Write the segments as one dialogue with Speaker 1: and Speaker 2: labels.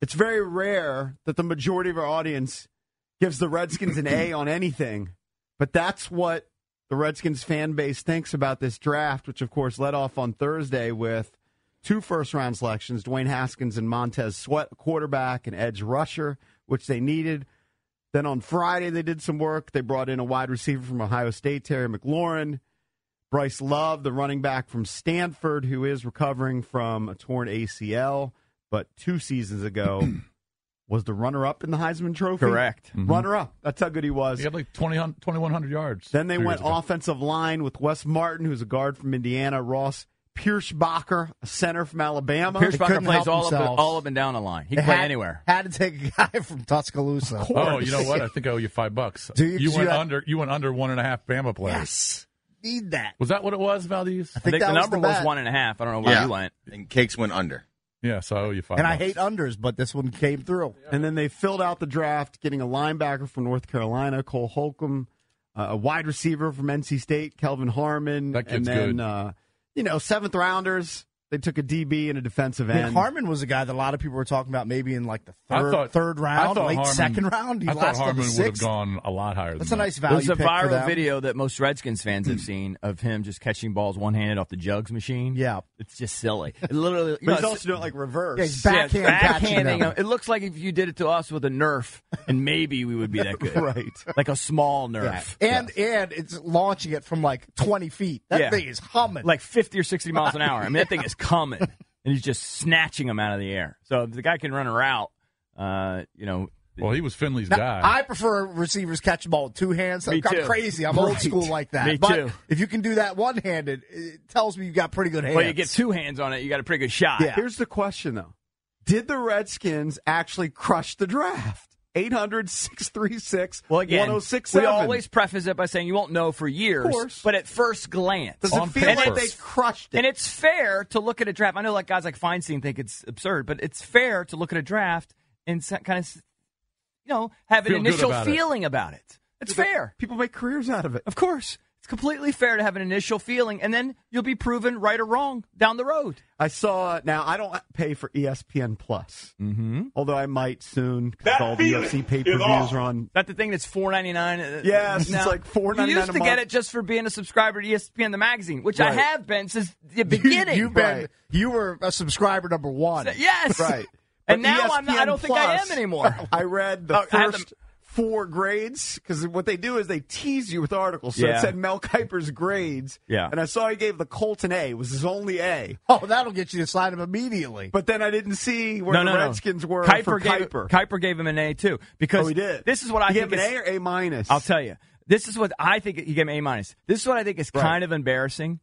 Speaker 1: It's very rare that the majority of our audience gives the Redskins an A on anything, but that's what the Redskins fan base thinks about this draft, which of course led off on Thursday with two first round selections Dwayne Haskins and Montez Sweat, a quarterback and edge rusher, which they needed. Then on Friday, they did some work. They brought in a wide receiver from Ohio State, Terry McLaurin, Bryce Love, the running back from Stanford, who is recovering from a torn ACL, but two seasons ago was the runner up in the Heisman Trophy.
Speaker 2: Correct.
Speaker 1: Runner up. That's how good he was.
Speaker 2: He had like 20, 2,100 yards.
Speaker 1: Then they
Speaker 2: two
Speaker 1: went
Speaker 2: years ago.
Speaker 1: offensive line with Wes Martin, who's a guard from Indiana, Ross Pierschbacher, a center from Alabama.
Speaker 3: Pierce
Speaker 4: They
Speaker 3: Bucker
Speaker 4: couldn't
Speaker 3: plays
Speaker 4: help
Speaker 3: all up,
Speaker 4: themselves.
Speaker 3: all up and down the line. He
Speaker 4: They
Speaker 3: can play
Speaker 4: had-
Speaker 3: anywhere.
Speaker 4: Had to take a guy from Tuscaloosa.
Speaker 1: Of course.
Speaker 2: Oh, you know what? I think I owe you five bucks.
Speaker 4: Do you- 'cause you
Speaker 2: went
Speaker 4: had-
Speaker 2: under. You went under one and a half Bama players.
Speaker 4: Yes. Need that.
Speaker 2: Was that what it was, Valdez?
Speaker 3: I think,
Speaker 4: that
Speaker 3: the
Speaker 4: was
Speaker 3: number
Speaker 4: the
Speaker 3: was,
Speaker 4: bet.
Speaker 3: one and a half. I don't know where
Speaker 5: Yeah.
Speaker 3: you went.
Speaker 5: And cakes went under.
Speaker 2: Yeah, so I owe you five.
Speaker 4: And I
Speaker 2: bucks.
Speaker 4: hate unders, but this one came through.
Speaker 1: And then they filled out the draft, getting a linebacker from North Carolina, Cole Holcomb, uh, a wide receiver from NC State, Kelvin Harmon,
Speaker 2: That
Speaker 1: and
Speaker 2: kid's
Speaker 1: then
Speaker 2: good.
Speaker 1: Uh, you know seventh rounders. They took a DB and a defensive
Speaker 4: I mean,
Speaker 1: end.
Speaker 4: Harmon was a guy that a lot of people were talking about maybe in like the
Speaker 2: I
Speaker 4: third
Speaker 2: thought-
Speaker 4: third
Speaker 2: I
Speaker 4: round,
Speaker 2: thought
Speaker 4: late
Speaker 2: Harmon-
Speaker 4: second round. He
Speaker 2: I thought
Speaker 4: last on
Speaker 2: Harmon
Speaker 4: the
Speaker 2: would have
Speaker 4: sixth.
Speaker 2: gone a lot higher.
Speaker 4: That's a
Speaker 2: than
Speaker 4: nice value.
Speaker 3: There's a
Speaker 4: pick for
Speaker 3: viral
Speaker 4: them. Hmm.
Speaker 3: video that most Redskins fans have seen of him just catching balls one handed off the jugs machine.
Speaker 4: Yeah.
Speaker 3: It's just silly. It literally, you
Speaker 1: But
Speaker 3: know,
Speaker 1: he's
Speaker 3: it's-
Speaker 1: also doing it like reverse.
Speaker 4: Yeah, he's backhand
Speaker 3: yeah,
Speaker 4: catching
Speaker 3: backhanding
Speaker 4: them.
Speaker 3: him. It looks like if you did it to us with a Nerf, and maybe we would be that good.
Speaker 1: Right.
Speaker 3: Like a small
Speaker 4: Yeah.
Speaker 3: Nerf.
Speaker 4: And and it's launching it from like twenty feet. That
Speaker 3: Yeah.
Speaker 4: thing is humming.
Speaker 3: Like 50 or 60 miles an hour. I mean, that thing is coming. And he's just snatching them out of the air. So if the guy can run a route, uh, you know,
Speaker 2: Well, he was Finley's
Speaker 4: Now,
Speaker 2: guy.
Speaker 4: I prefer receivers catch the ball with two hands.
Speaker 3: Me
Speaker 4: I'm
Speaker 3: too.
Speaker 4: crazy. I'm old
Speaker 3: Right.
Speaker 4: school like that.
Speaker 3: Me
Speaker 4: but
Speaker 3: too.
Speaker 4: if you can do that one handed, it tells me you've got pretty good hands.
Speaker 3: well, you get two hands on it, you got a pretty good shot.
Speaker 4: Yeah.
Speaker 1: Here's the question though: Did the Redskins actually crush the draft? 800-636-1067.
Speaker 3: Well, again, we always preface it by saying you won't know for years,
Speaker 1: course.
Speaker 3: but at first glance,
Speaker 1: Does
Speaker 2: On
Speaker 1: it feel like
Speaker 2: paper.
Speaker 1: they crushed it?
Speaker 3: and it's fair to look at a draft. I know, like guys like Feinstein think it's absurd, but it's fair to look at a draft and kind of, you know, have an
Speaker 2: Feel good
Speaker 3: initial
Speaker 2: about it.
Speaker 3: feeling about it. It's fair,
Speaker 1: People make careers out of it.
Speaker 3: of course. It's completely fair to have an initial feeling, and then you'll be proven right or wrong down the road.
Speaker 1: I saw now. I don't pay for E ESPN Plus, mm-hmm. although I might soon because
Speaker 6: That
Speaker 1: all the E
Speaker 6: feeling
Speaker 1: UFC
Speaker 6: is
Speaker 1: pay per views
Speaker 6: off.
Speaker 1: are on.
Speaker 3: Is that the thing that's four uh, ninety nine?
Speaker 1: Yes, it's like $4.99
Speaker 3: You used
Speaker 1: a
Speaker 3: to get
Speaker 1: month.
Speaker 3: it just for being a subscriber to E ESPN the magazine, which I
Speaker 1: Right.
Speaker 3: have been since the
Speaker 4: You-
Speaker 3: beginning.
Speaker 4: You've been
Speaker 1: Right.
Speaker 4: you were a subscriber number one.
Speaker 3: yes,
Speaker 1: Right. But
Speaker 3: And
Speaker 1: E
Speaker 3: now I'm not- I
Speaker 1: ESPN
Speaker 3: don't think I
Speaker 1: Plus,
Speaker 3: am anymore.
Speaker 1: I read the
Speaker 3: Oh, I had
Speaker 1: first four grades because what they do is they tease you with articles. So
Speaker 3: Yeah.
Speaker 1: it said Mel Kiper's grades.
Speaker 3: Yeah.
Speaker 1: And I saw he gave the Colts an A. It was his only A.
Speaker 4: Oh, that'll get you to sign him immediately.
Speaker 1: But then I didn't see where
Speaker 3: no,
Speaker 1: the
Speaker 3: no, no.
Speaker 1: Redskins were
Speaker 3: Kuiper
Speaker 1: for
Speaker 3: gave,
Speaker 1: Kuiper.
Speaker 3: Kuiper gave him an A too because
Speaker 1: Oh, he did.
Speaker 3: this is what I
Speaker 1: he
Speaker 3: think
Speaker 1: gave him
Speaker 3: is-
Speaker 1: an A or A minus.
Speaker 3: I'll tell you. This is what I think he gave him A minus. This is what I think is kind of embarrassing.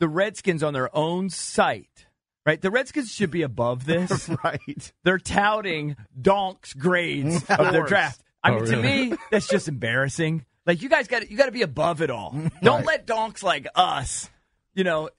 Speaker 3: The Redskins on their own site, right? The Redskins should be above this.
Speaker 1: right.
Speaker 3: They're touting Donk's grades of, their
Speaker 1: course.
Speaker 3: draft. I
Speaker 2: Oh,
Speaker 3: mean,
Speaker 2: really?
Speaker 3: to me, that's just embarrassing. Like you guys got you got to be above it all.
Speaker 4: Mm-hmm.
Speaker 3: Don't let Donks like us, you know,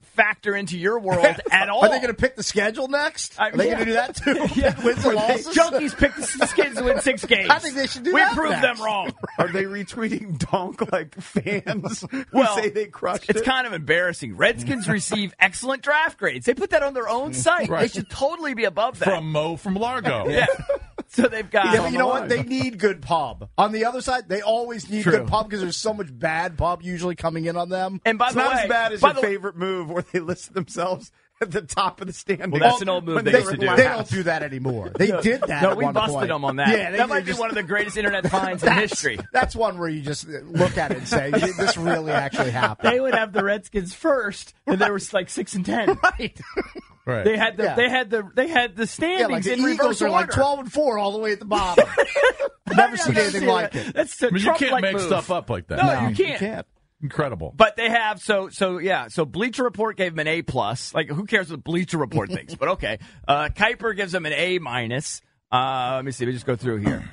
Speaker 3: factor into your world at all.
Speaker 4: Are they going to pick the schedule next?
Speaker 3: I-
Speaker 4: Are they
Speaker 3: yeah.
Speaker 4: going to do that too?
Speaker 3: Yeah.
Speaker 4: Wins and losses?
Speaker 3: Junkies picked the Skins to win six games.
Speaker 4: I think they should do
Speaker 3: We
Speaker 4: that
Speaker 3: proved
Speaker 4: next.
Speaker 3: them wrong.
Speaker 1: Are they retweeting donk like fans who
Speaker 3: Well,
Speaker 1: say they crushed
Speaker 3: It's
Speaker 1: it?
Speaker 3: kind of embarrassing. Redskins receive excellent draft grades. They put that on their own site. They
Speaker 2: Right.
Speaker 3: should totally be above that.
Speaker 2: from Mo from Largo.
Speaker 3: yeah. So they've got.
Speaker 4: Yeah, but you know what? They need good pub. On the other side, they always need
Speaker 3: True.
Speaker 4: good pub because there's so much bad pub usually coming in on them.
Speaker 3: and by
Speaker 1: It's
Speaker 3: the
Speaker 1: not
Speaker 3: way,
Speaker 1: as bad as
Speaker 3: by
Speaker 1: your
Speaker 3: the way-
Speaker 1: favorite move where they list themselves at the top of the standings.
Speaker 3: Well, that's an old move
Speaker 1: When
Speaker 3: they
Speaker 1: they
Speaker 3: used to
Speaker 1: were
Speaker 3: do.
Speaker 1: last.
Speaker 4: They don't do that anymore. They did that.
Speaker 3: No,
Speaker 4: at
Speaker 3: we
Speaker 4: one
Speaker 3: busted
Speaker 4: point.
Speaker 3: them on that.
Speaker 4: Yeah, they
Speaker 3: that might
Speaker 4: just-
Speaker 3: be one of the greatest internet finds in
Speaker 4: That's-
Speaker 3: history.
Speaker 4: That's one where you just look at it and say, "This really actually happened."
Speaker 3: They would have the Redskins first, and they were like six and ten. Right.
Speaker 2: Right.
Speaker 3: They had the
Speaker 4: Yeah.
Speaker 3: they had the they had the standings
Speaker 4: yeah, like the
Speaker 3: in
Speaker 4: Eagles
Speaker 3: reverse
Speaker 4: are like
Speaker 3: order.
Speaker 4: twelve and four all the way at the bottom. Never seen
Speaker 3: I've never
Speaker 4: anything
Speaker 3: seen
Speaker 4: like
Speaker 3: that.
Speaker 4: it.
Speaker 3: That's the
Speaker 2: I mean, you
Speaker 3: Trump-like
Speaker 2: can't make
Speaker 3: move.
Speaker 2: stuff up like that.
Speaker 3: No, you can't.
Speaker 4: You can't.
Speaker 2: Incredible.
Speaker 3: But they have so so yeah. So Bleacher Report gave him an A plus. Like who cares what Bleacher Report thinks? But okay, uh, Kuiper gives him an A minus. Uh, let me see. Let me just go through here.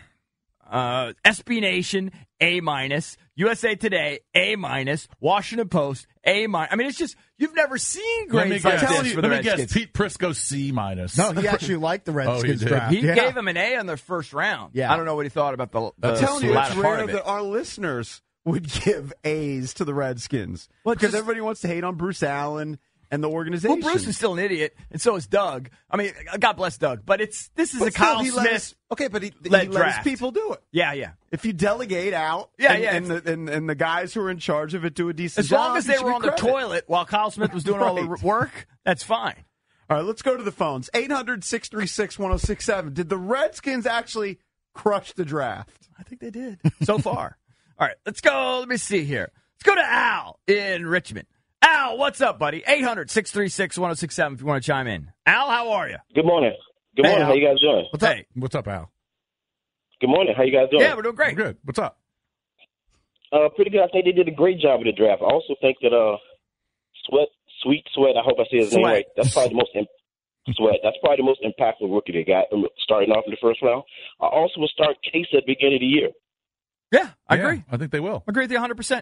Speaker 3: Uh, SB Nation A minus. USA Today A minus. Washington Post A minus. I mean, it's just you've never seen
Speaker 2: let me
Speaker 3: grades like
Speaker 2: guess.
Speaker 3: this for the
Speaker 2: let me guess.
Speaker 3: Redskins.
Speaker 2: Pete Prisco C minus.
Speaker 4: No, Oh, he actually liked the Redskins
Speaker 2: did?
Speaker 4: draft.
Speaker 3: Oh, He
Speaker 4: yeah.
Speaker 3: gave him an A on their first round.
Speaker 4: Yeah.
Speaker 3: I don't know what he thought about the. the
Speaker 1: I'm telling you, it's
Speaker 3: latter part
Speaker 1: rare
Speaker 3: of it.
Speaker 1: that our listeners would give A's to the Redskins
Speaker 3: Well,
Speaker 1: because
Speaker 3: just-
Speaker 1: everybody wants to hate on Bruce Allen and the organization.
Speaker 3: Well, Bruce is still an idiot, and so is Doug. I mean, God bless Doug, but it's this is
Speaker 1: But
Speaker 3: a
Speaker 1: still,
Speaker 3: Kyle
Speaker 1: he
Speaker 3: Smith.
Speaker 1: let us- okay, but he, he
Speaker 3: led
Speaker 1: let
Speaker 3: draft.
Speaker 1: his people do it.
Speaker 3: yeah, yeah.
Speaker 1: If you delegate out,
Speaker 3: Yeah,
Speaker 1: and,
Speaker 3: yeah,
Speaker 1: and, the, and, and the guys who are in charge of it do a decent
Speaker 3: As
Speaker 1: job.
Speaker 3: long as
Speaker 1: you
Speaker 3: they
Speaker 1: should
Speaker 3: were
Speaker 1: get
Speaker 3: on the
Speaker 1: credit.
Speaker 3: toilet while Kyle Smith was doing all the
Speaker 1: Right.
Speaker 3: work, that's fine.
Speaker 1: All right, let's go to the phones. 800 636 1067. Did the Redskins actually crush the draft?
Speaker 3: I think they did so far. all right, let's go. Let me see here. Let's go to Al in Richmond. Al, what's up, buddy? 800 636 1067 if you want to chime in. Al, how are you?
Speaker 5: Good morning. Good
Speaker 3: Hey,
Speaker 5: morning.
Speaker 3: Al.
Speaker 5: how you guys doing?
Speaker 3: What's hey.
Speaker 2: What's up, Al?
Speaker 5: Good morning. How you guys doing?
Speaker 3: Yeah, we're doing great.
Speaker 2: Good. What's up?
Speaker 5: Uh, pretty good. I think they did a great job of the draft. I also think that uh, Sweat, Sweet Sweat. I hope I say his name
Speaker 3: Sweat.
Speaker 5: right. That's probably the most Im- Sweat. That's probably the most impactful rookie they got um, starting off in the first round. I also will start Case at the beginning of the year.
Speaker 3: Yeah, I
Speaker 2: Yeah,
Speaker 3: agree.
Speaker 2: I think they will.
Speaker 3: Agree with you 100%.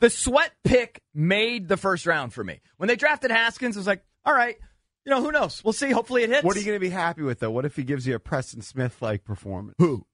Speaker 3: The sweat pick made the first round for me. When they drafted Haskins, I was like, all right, you know, who knows? We'll see. Hopefully it hits.
Speaker 1: What are you going to be happy with, though? What if he gives you a Preston Smith like performance?
Speaker 3: Who?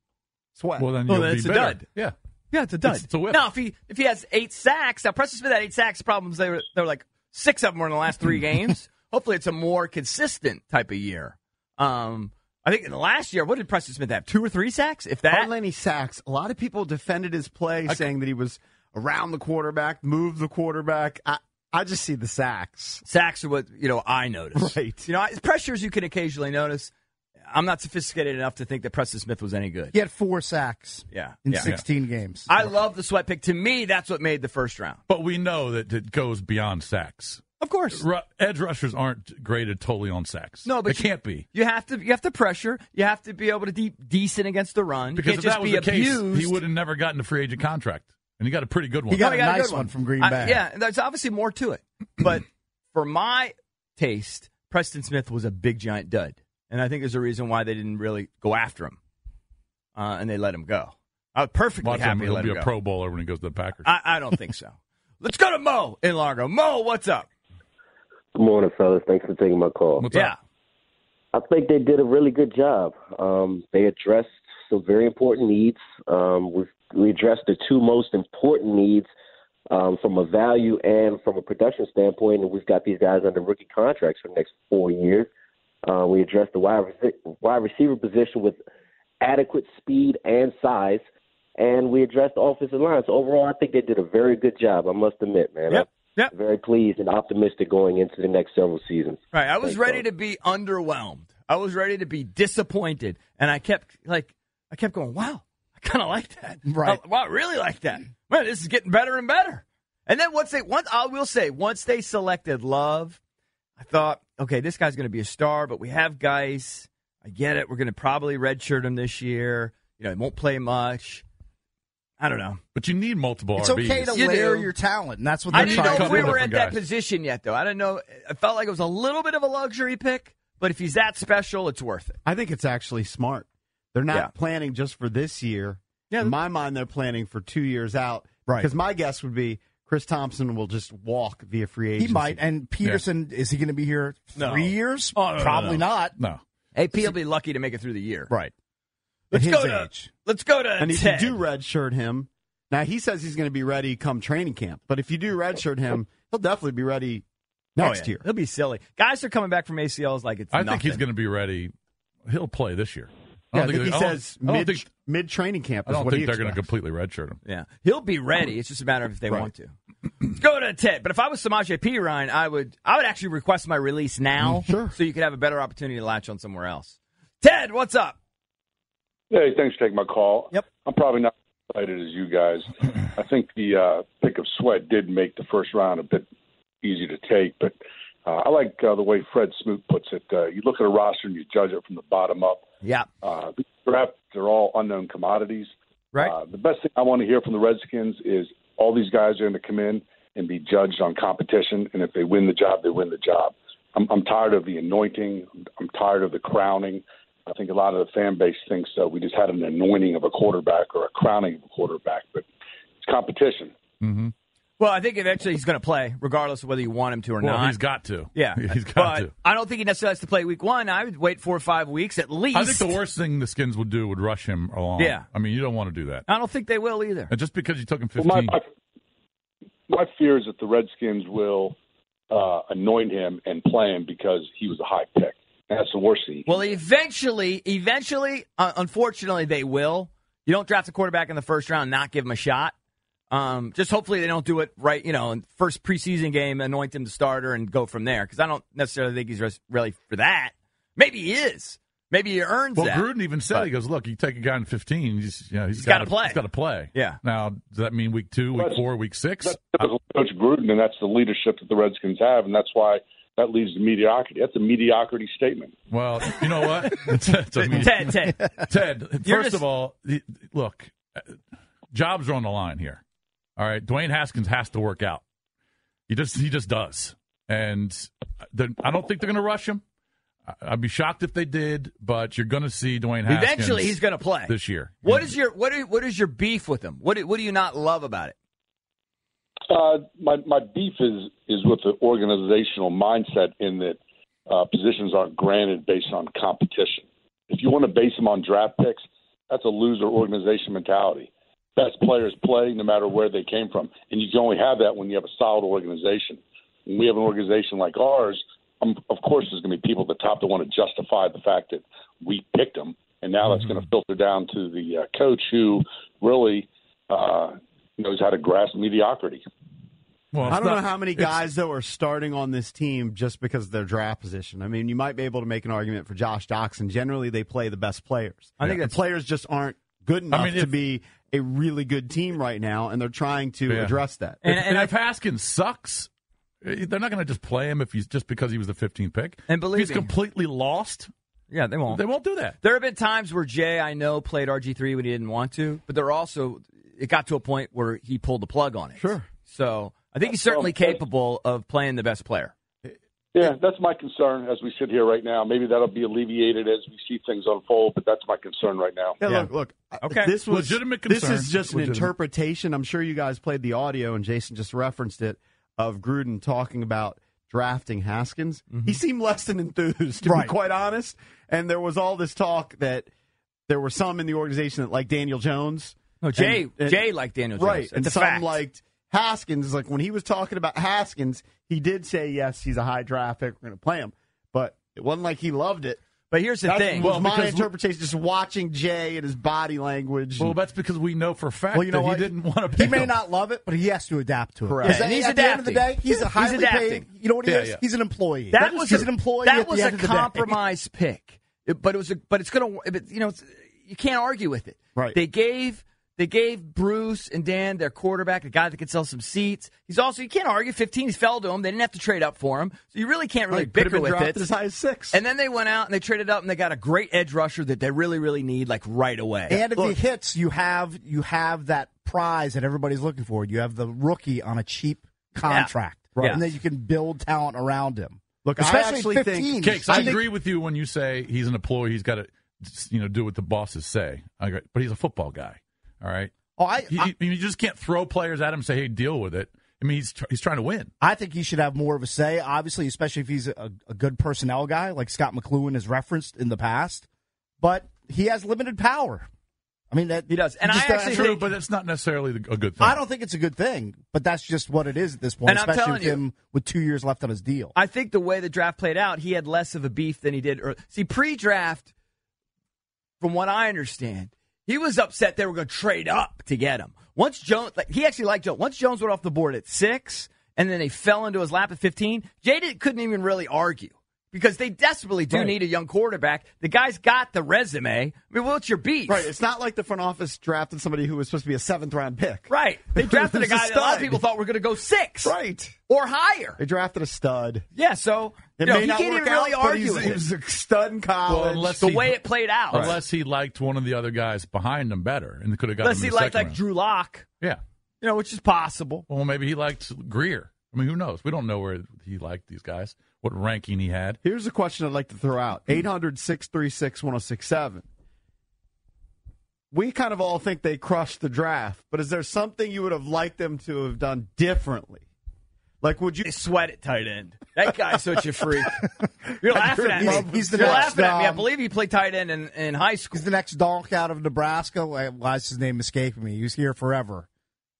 Speaker 1: Sweat.
Speaker 2: Well, then
Speaker 3: Well,
Speaker 2: you'll
Speaker 3: Oh, that's
Speaker 2: be
Speaker 3: a
Speaker 2: better.
Speaker 3: dud.
Speaker 2: Yeah.
Speaker 3: Yeah, it's a dud.
Speaker 2: It's- it's a whiff.
Speaker 3: Now, if he if he has eight sacks, now Preston Smith had eight sacks. Problems they were they were like six of them were in the last three games. Hopefully, it's a more consistent type of year. Um, I think in the last year, what did Preston Smith have? Two or three sacks, if that.
Speaker 1: On Lenny Sacks, a lot of people defended his play, saying that he was around the quarterback, moved the quarterback. I, I just see the sacks.
Speaker 3: Sacks are what you know. I notice,
Speaker 1: Right.
Speaker 3: You know, I- pressures you can occasionally notice. I'm not sophisticated enough to think that Preston Smith was any good.
Speaker 4: He had four sacks
Speaker 3: Yeah,
Speaker 4: in
Speaker 3: yeah.
Speaker 4: 16 games.
Speaker 3: I love the sweat pick. To me, that's what made the first round.
Speaker 2: But we know that it goes beyond sacks.
Speaker 3: Of course,
Speaker 2: Ru- edge rushers aren't graded totally on sacks.
Speaker 3: No, but
Speaker 2: they can't be.
Speaker 3: you have to you have to pressure. You have to be able to be decent against the run.
Speaker 2: Because
Speaker 3: you
Speaker 2: if
Speaker 3: can't just
Speaker 2: that was
Speaker 3: be
Speaker 2: the case,
Speaker 3: abused.
Speaker 2: he would have never gotten a free agent contract. And he got a pretty good one.
Speaker 4: He got
Speaker 3: No,
Speaker 4: a
Speaker 3: he got a
Speaker 4: nice
Speaker 3: good
Speaker 4: one.
Speaker 3: one.
Speaker 4: from Green
Speaker 3: I-
Speaker 4: Bay.
Speaker 3: yeah, there's obviously more to it. But for my taste, Preston Smith was a big giant dud, and I think there's a reason why they didn't really go after him, uh, and they let him go. I was perfectly
Speaker 2: Watch him.
Speaker 3: happy to
Speaker 2: He'll
Speaker 3: let
Speaker 2: be
Speaker 3: him
Speaker 2: a
Speaker 3: go.
Speaker 2: Pro Bowler when he goes to the Packers.
Speaker 3: I, I don't think so. Let's go to Mo in Largo. Mo, what's up?
Speaker 5: Good morning, fellas. Thanks for taking my call.
Speaker 2: What's
Speaker 3: yeah,
Speaker 2: up?
Speaker 5: I think they did a really good job. Um, they addressed some very important needs. Um, we, we addressed the two most important needs um, from a value and from a production standpoint, and we've got these guys under rookie contracts for the next four years. Uh, we addressed the wide, rece- wide receiver position with adequate speed and size, and we addressed the offensive line. So overall, I think they did a very good job. I must admit, man.
Speaker 3: Yep,
Speaker 5: I'm
Speaker 3: yep.
Speaker 5: Very pleased and optimistic going into the next several seasons.
Speaker 3: Right. I was
Speaker 5: Thanks,
Speaker 3: ready
Speaker 5: fellas.
Speaker 3: to be underwhelmed. I was ready to be disappointed, and I kept like I kept going. Wow, I kind of like that.
Speaker 4: Right.
Speaker 3: I, wow, I really like that. Man, this is getting better and better. And then once they once I will say once they selected Love, I thought, okay, this guy's going to be a star. But we have guys. I get it. We're going to probably redshirt him this year. You know, he won't play much. I don't know.
Speaker 2: But you need multiple
Speaker 4: It's
Speaker 2: RBs.
Speaker 4: okay to
Speaker 3: You
Speaker 4: layer
Speaker 3: do.
Speaker 4: your talent, and that's what
Speaker 3: I
Speaker 4: they're
Speaker 3: didn't
Speaker 4: trying
Speaker 3: know
Speaker 4: to
Speaker 3: if
Speaker 2: couple
Speaker 3: we
Speaker 4: do.
Speaker 3: were at
Speaker 2: different
Speaker 3: that
Speaker 2: guys.
Speaker 3: position yet, though. I don't know. I felt like it was a little bit of a luxury pick, but if he's that special, it's worth it.
Speaker 1: I think it's actually smart. They're not
Speaker 3: Yeah.
Speaker 1: planning just for this year.
Speaker 3: Yeah.
Speaker 1: In my mind, they're planning for two years out.
Speaker 4: Right.
Speaker 1: Because my guess would be Chris Thompson will just walk via free
Speaker 4: He
Speaker 1: agency.
Speaker 4: might. And Peterson, is he going to be here three
Speaker 3: No.
Speaker 4: years?
Speaker 3: Oh, no, no,
Speaker 4: Probably
Speaker 3: no.
Speaker 4: not.
Speaker 2: No.
Speaker 3: AP will be lucky to make it through the year.
Speaker 4: Right.
Speaker 3: Let's
Speaker 4: at his
Speaker 3: go to
Speaker 4: age.
Speaker 3: let's go to
Speaker 1: And if
Speaker 3: Ted.
Speaker 1: you do redshirt him, now he says he's going to be ready come training camp. But if you do redshirt him, he'll definitely be ready
Speaker 3: Oh,
Speaker 1: next
Speaker 3: yeah.
Speaker 1: year.
Speaker 3: He'll be silly. Guys are coming back from ACLs like it's.
Speaker 2: I think he's
Speaker 3: nothing.
Speaker 2: going to be ready. He'll play this year.
Speaker 1: Yeah, I
Speaker 2: don't
Speaker 1: think he
Speaker 2: I don't-
Speaker 1: says
Speaker 2: I don't
Speaker 1: mid
Speaker 2: think,
Speaker 1: mid training camp.
Speaker 2: I
Speaker 1: Is
Speaker 2: don't
Speaker 1: what
Speaker 2: think
Speaker 1: he
Speaker 2: they're going to
Speaker 1: expects.
Speaker 2: completely redshirt him.
Speaker 3: Yeah, he'll be ready. It's just a matter of if they want to. Let's go to Ted. But if I was Samaje P. Ryan, I would I would actually request my release now,
Speaker 1: Mm, sure.
Speaker 3: so you could have a better opportunity to latch on somewhere else. Ted, what's up?
Speaker 6: Hey, thanks for taking my call.
Speaker 3: Yep.
Speaker 6: I'm probably not as excited as you guys. I think the uh, pick of Sweat did make the first round a bit easy to take, but uh, I like uh, the way Fred Smoot puts it. Uh, you look at a roster and you judge it from the bottom up.
Speaker 3: Yeah,
Speaker 6: Uh, these drafts are all unknown commodities.
Speaker 3: right.
Speaker 6: Uh, the best thing I want to hear from the Redskins is all these guys are going to come in and be judged on competition, and if they win the job, they win the job. I'm, I'm tired of the anointing. I'm tired of the crowning. I think a lot of the fan base thinks that we just had an anointing of a quarterback or a crowning of a quarterback, but it's competition.
Speaker 3: Well, I think eventually he's going to play, regardless of whether you want him to or
Speaker 2: Well,
Speaker 3: not.
Speaker 2: he's got to.
Speaker 3: yeah,
Speaker 2: he's got
Speaker 3: but
Speaker 2: to.
Speaker 3: I don't think he necessarily has to play week one. I would wait four or five weeks at least.
Speaker 2: I think the worst thing the Skins would do would rush him along.
Speaker 3: Yeah. Uh,
Speaker 2: I mean, you don't want to do that.
Speaker 3: I don't think they will either.
Speaker 2: And just because you took him
Speaker 6: Well,
Speaker 2: 15.
Speaker 6: my, my, my fear is that the Redskins will uh, anoint him and play him because he was a high pick. That's the worst thing.
Speaker 3: Well, eventually, eventually, uh, unfortunately, they will. You don't draft a quarterback in the first round, and not give him a shot. Um, just hopefully they don't do it right. You know, in first preseason game, anoint him the starter and go from there. Because I don't necessarily think he's res- really for that. Maybe he is. Maybe he earns
Speaker 2: well,
Speaker 3: that.
Speaker 2: Gruden even said, he goes, look, you take a guy in 15, he's, you know,
Speaker 3: He's
Speaker 2: got
Speaker 3: gotta play.
Speaker 2: He's got to play.
Speaker 3: Yeah.
Speaker 2: Now, does that mean week two, week
Speaker 6: That's-
Speaker 2: four, week six?
Speaker 6: That's typical Coach Gruden, and that's the leadership that the Redskins have, and that's why that leads to mediocrity. That's a mediocrity statement.
Speaker 2: Well, you know what? It's- it's a media-
Speaker 3: Ted, Ted,
Speaker 2: Ted, first
Speaker 3: You're just-
Speaker 2: of all, the- look, uh, jobs are on the line here. All right, Dwayne Haskins has to work out. He just he just does, and the- I don't think they're going to rush him. I- I'd be shocked if they did, but you're going to see Dwayne Haskins.
Speaker 3: eventually he's going to play
Speaker 2: this year.
Speaker 3: What is your what? Are, what is your beef with him? What do, What do you not love about it?
Speaker 6: Uh, my my beef is is with the organizational mindset in that uh, positions aren't granted based on competition. If you want to base them on draft picks, that's a loser organization mentality. Best players play no matter where they came from, and you can only have that when you have a solid organization. When we have an organization like ours, um, of course, there's going to be people at the top that want to justify the fact that we picked them, and now that's going to filter down to the uh, coach who really uh, knows how to grasp mediocrity.
Speaker 2: Well, it's
Speaker 1: I don't
Speaker 2: not-
Speaker 1: know how many guys though are starting on this team just because of their draft position. I mean, you might be able to make an argument for Josh Doxson. Generally, they play the best players.
Speaker 3: I think
Speaker 1: the
Speaker 3: that's-
Speaker 1: players just aren't good enough
Speaker 2: mean,
Speaker 1: to
Speaker 2: if-
Speaker 1: be a really good team right now, and they're trying to
Speaker 2: Yeah.
Speaker 1: address that.
Speaker 2: If,
Speaker 3: And-
Speaker 2: and,
Speaker 3: and I-
Speaker 2: if Haskins sucks, eh, they're not going to just play him if he's just because he was the 15th pick.
Speaker 3: And believe
Speaker 2: If he's
Speaker 3: me-
Speaker 2: completely lost.
Speaker 3: Yeah, they won't.
Speaker 2: They won't do that.
Speaker 3: There have been times where Jay, I know, played RG three when he didn't want to, but there are also it got to a point where he pulled the plug on it. Sure. So I think he's certainly capable of playing the best player.
Speaker 6: Yeah, that's my concern as we sit here right now. Maybe that'll be alleviated as we see things unfold, but that's my concern right now.
Speaker 1: Yeah, look, look. I-
Speaker 3: Okay.
Speaker 1: This was
Speaker 2: Legitimate concern.
Speaker 1: This is just an
Speaker 2: Legitimate.
Speaker 1: interpretation. I'm sure you guys played the audio, and Jason just referenced it of Gruden talking about drafting Haskins.
Speaker 3: Mm-hmm.
Speaker 1: He seemed less than enthused, to
Speaker 4: Right.
Speaker 1: be quite honest. And there was all this talk that there were some in the organization that like Daniel Jones,
Speaker 3: No, Jay,
Speaker 1: And- and-
Speaker 3: Jay liked Daniel Jones.
Speaker 1: right?
Speaker 3: It's
Speaker 1: And
Speaker 3: a
Speaker 1: some
Speaker 3: fact.
Speaker 1: liked Haskins. Like when he was talking about Haskins, he did say yes, he's a high draft pick. We're going to play him, but it wasn't like he loved it.
Speaker 3: But here's the
Speaker 1: That
Speaker 3: thing.
Speaker 1: was my
Speaker 2: because-
Speaker 1: interpretation. Just watching Jay and his body language.
Speaker 2: Well,
Speaker 1: and-
Speaker 2: that's because we know for a fact
Speaker 4: Well, you know
Speaker 2: that
Speaker 4: what?
Speaker 2: he didn't want to
Speaker 4: He
Speaker 2: pick
Speaker 4: may
Speaker 2: him.
Speaker 4: not love it, but he has to adapt to it.
Speaker 1: Correct.
Speaker 4: Is that-
Speaker 3: Yeah, he's
Speaker 4: at the end of the day,
Speaker 3: adapting.
Speaker 4: he's a
Speaker 3: He's
Speaker 4: highly
Speaker 3: adapting.
Speaker 4: paid. You know what he
Speaker 2: Yeah,
Speaker 4: is?
Speaker 2: yeah.
Speaker 4: He's an employee.
Speaker 3: that
Speaker 4: That is
Speaker 3: was
Speaker 4: he's
Speaker 3: a,
Speaker 4: an employee.
Speaker 3: That
Speaker 4: at the
Speaker 3: was
Speaker 4: end
Speaker 3: a
Speaker 4: of the day.
Speaker 3: compromise pick, It- but it was a but it's gonna but, you know it's- you can't argue with it.
Speaker 1: Right.
Speaker 3: They gave they gave Bruce and Dan their quarterback, a guy that could sell some seats. He's also you can't argue. 15 fell to him. They didn't have to trade up for him, so you really can't really
Speaker 1: Right, could have
Speaker 3: bicker
Speaker 1: been
Speaker 3: with
Speaker 1: drafted
Speaker 3: it.
Speaker 1: as high as six.
Speaker 3: And then they went out and they traded up and they got a great edge rusher that they really really need like right away.
Speaker 4: And if he hits, you have you have that prize that everybody's looking for. You have the rookie on a cheap contract,
Speaker 3: Right.
Speaker 4: and then you can build talent around him.
Speaker 1: Look, I
Speaker 4: especially
Speaker 1: actually think-
Speaker 4: 15.
Speaker 2: Cakes, I,
Speaker 4: Cheap.
Speaker 2: agree with you when you say he's an employee. He's got to, you know, do what the bosses say. I agree. But he's a football guy. All right.
Speaker 4: Oh, I,
Speaker 2: He,
Speaker 4: I,
Speaker 2: he- you just can't throw players at him and say, "Hey, deal with it." I mean, he's tr- he's trying to win.
Speaker 4: I think he should have more of a say. Obviously, especially if he's a, a good personnel guy, like Scott McLuhan has referenced in the past. But he has limited power. I mean, that,
Speaker 3: He does. And
Speaker 4: just
Speaker 3: I
Speaker 4: don't-
Speaker 3: actually
Speaker 2: True,
Speaker 3: think-
Speaker 2: but it's not necessarily the- a good thing.
Speaker 4: I don't think it's a good thing, but that's just what it is at this point,
Speaker 3: And I'm
Speaker 4: especially
Speaker 3: telling
Speaker 4: with
Speaker 3: you-
Speaker 4: him with two years left on his deal.
Speaker 3: I think the way the draft played out, he had less of a beef than he did. Early. See, pre-draft, from what I understand, he was upset they were going to trade up to get him. Once Jones, like, he actually liked Jones. Once Jones went off the board at six, and then they fell into his lap at fifteen. Jay didn't, couldn't even really argue because they desperately do need a young quarterback. The guy's got the resume. I mean, what's your beef?
Speaker 1: Right. It's not like the front office drafted somebody who was supposed to be a seventh round pick.
Speaker 3: Right. They drafted a
Speaker 1: Who's a
Speaker 3: guy that a lot of
Speaker 1: stud.
Speaker 3: people thought were going to go six
Speaker 1: Right.
Speaker 3: or higher.
Speaker 1: They drafted a stud.
Speaker 3: Yeah, so
Speaker 1: It
Speaker 3: you know,
Speaker 1: may
Speaker 3: he
Speaker 1: not
Speaker 3: can't
Speaker 1: work
Speaker 3: even
Speaker 1: out,
Speaker 3: really
Speaker 1: but
Speaker 3: argue
Speaker 1: he's-
Speaker 3: with
Speaker 1: He
Speaker 3: it.
Speaker 1: was a stud in college.
Speaker 2: Well, unless
Speaker 3: the
Speaker 2: he-
Speaker 3: way it played out.
Speaker 2: unless he liked one of the other guys behind him better and could have gotten.
Speaker 3: Unless
Speaker 2: him
Speaker 3: he
Speaker 2: in the
Speaker 3: liked
Speaker 2: second
Speaker 3: like
Speaker 2: round.
Speaker 3: Drew Lock,
Speaker 2: Yeah.
Speaker 3: you know, which is possible.
Speaker 2: Well, maybe he liked Greer. I mean, who knows? We don't know where he liked these guys, what ranking he had.
Speaker 7: Here's a question I'd like to throw out
Speaker 3: Hmm.
Speaker 7: 800 636 1067. We kind of all think they crushed the draft, but is there something you would have liked them to have done differently? Like, would you?
Speaker 3: They sweat at tight end. That guy's such a freak. You're laughing at
Speaker 1: He's-
Speaker 3: me.
Speaker 1: he's the
Speaker 3: You're
Speaker 1: next,
Speaker 3: laughing at me. I
Speaker 1: um,
Speaker 3: believe he played tight end in, in high school.
Speaker 1: He's the next donk out of Nebraska. Why why is his name escaping me? He was here forever.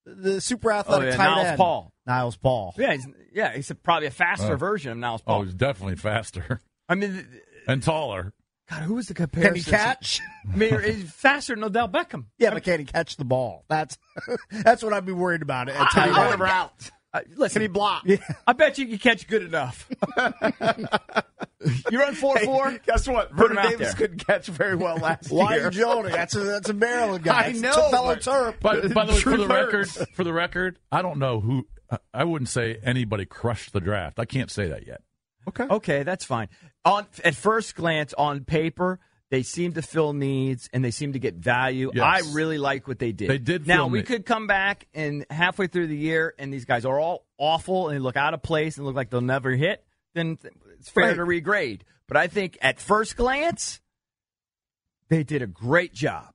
Speaker 1: The super athletic
Speaker 3: Oh, yeah,
Speaker 1: tight
Speaker 3: Niles
Speaker 1: end.
Speaker 3: Paul.
Speaker 1: Niles Paul.
Speaker 3: Yeah, he's, yeah, he's a, probably a faster
Speaker 2: Oh.
Speaker 3: version of Niles
Speaker 2: Oh,
Speaker 3: Paul.
Speaker 2: he's definitely faster
Speaker 3: I mean, th- th-
Speaker 2: and taller.
Speaker 3: God, who was the
Speaker 1: Can
Speaker 3: comparison?
Speaker 1: he catch?
Speaker 3: I mean, he's faster than Odell Beckham.
Speaker 1: Yeah, but can he catch the ball? That's that's what I'd be worried about. At tight
Speaker 3: I
Speaker 1: end.
Speaker 3: would- Uh, listen,
Speaker 7: Can he block?
Speaker 3: I bet you can catch good enough. you run four four.
Speaker 7: Guess what?
Speaker 3: Put him
Speaker 7: Vernon
Speaker 3: out
Speaker 7: Davis
Speaker 3: there.
Speaker 7: couldn't catch very well last
Speaker 1: Why
Speaker 7: year.
Speaker 1: you Jody? That's a that's a Maryland guy.
Speaker 7: I
Speaker 1: It's-
Speaker 7: know,
Speaker 1: It's a fellow
Speaker 7: but-
Speaker 1: Terp.
Speaker 2: But by the way, for
Speaker 7: Truth
Speaker 2: the record,
Speaker 7: hurts.
Speaker 2: for the record, I don't know who. I- I wouldn't say anybody crushed the draft. I can't say that yet.
Speaker 3: Okay, that's fine. On at first glance, on paper, they seem to fill needs and they seem to get value.
Speaker 2: Yes.
Speaker 3: I really like what they did.
Speaker 2: They did
Speaker 3: Now
Speaker 2: fill
Speaker 3: we
Speaker 2: need-
Speaker 3: could come back and halfway through the year, and these guys are all awful and they look out of place and look like they'll never hit. Then th- it's fair
Speaker 7: Right.
Speaker 3: to regrade. But I think at first glance, they did a great job.